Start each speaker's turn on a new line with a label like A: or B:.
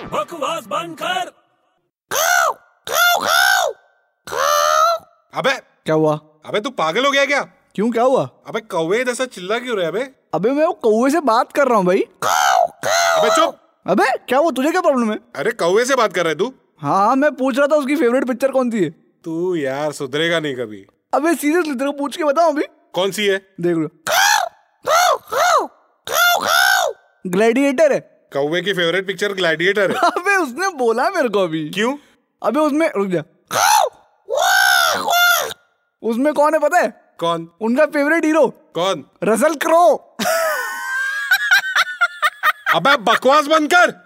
A: आवाज बंद कर
B: अबे
C: क्या हुआ
B: अबे तू पागल हो गया क्या
C: क्यों क्या हुआ
B: अबे कौवे जैसा चिल्ला क्यों रहे अबे
C: अबे मैं वो कौवे से बात कर रहा हूँ भाई
B: अबे चुप
C: अबे क्या हुआ तुझे क्या प्रॉब्लम है
B: अरे कौवे से बात कर रहा है तू
C: हाँ हाँ मैं पूछ रहा था उसकी फेवरेट पिक्चर कौन सी है
B: तू यार सुधरेगा नहीं कभी
C: अबे सीरियसली तेरे को पूछ के बताऊँ अभी
B: कौन सी है
C: देख लो ग्लैडिएटर है
B: कौवे की फेवरेट पिक्चर ग्लैडिएटर है
C: अबे उसने बोला मेरे को अभी
B: क्यों
C: अबे उसमें रुक जा उसमें कौन है पता है
B: कौन
C: उनका फेवरेट हीरो
B: कौन
C: रसल क्रो
B: अबे बकवास बंद कर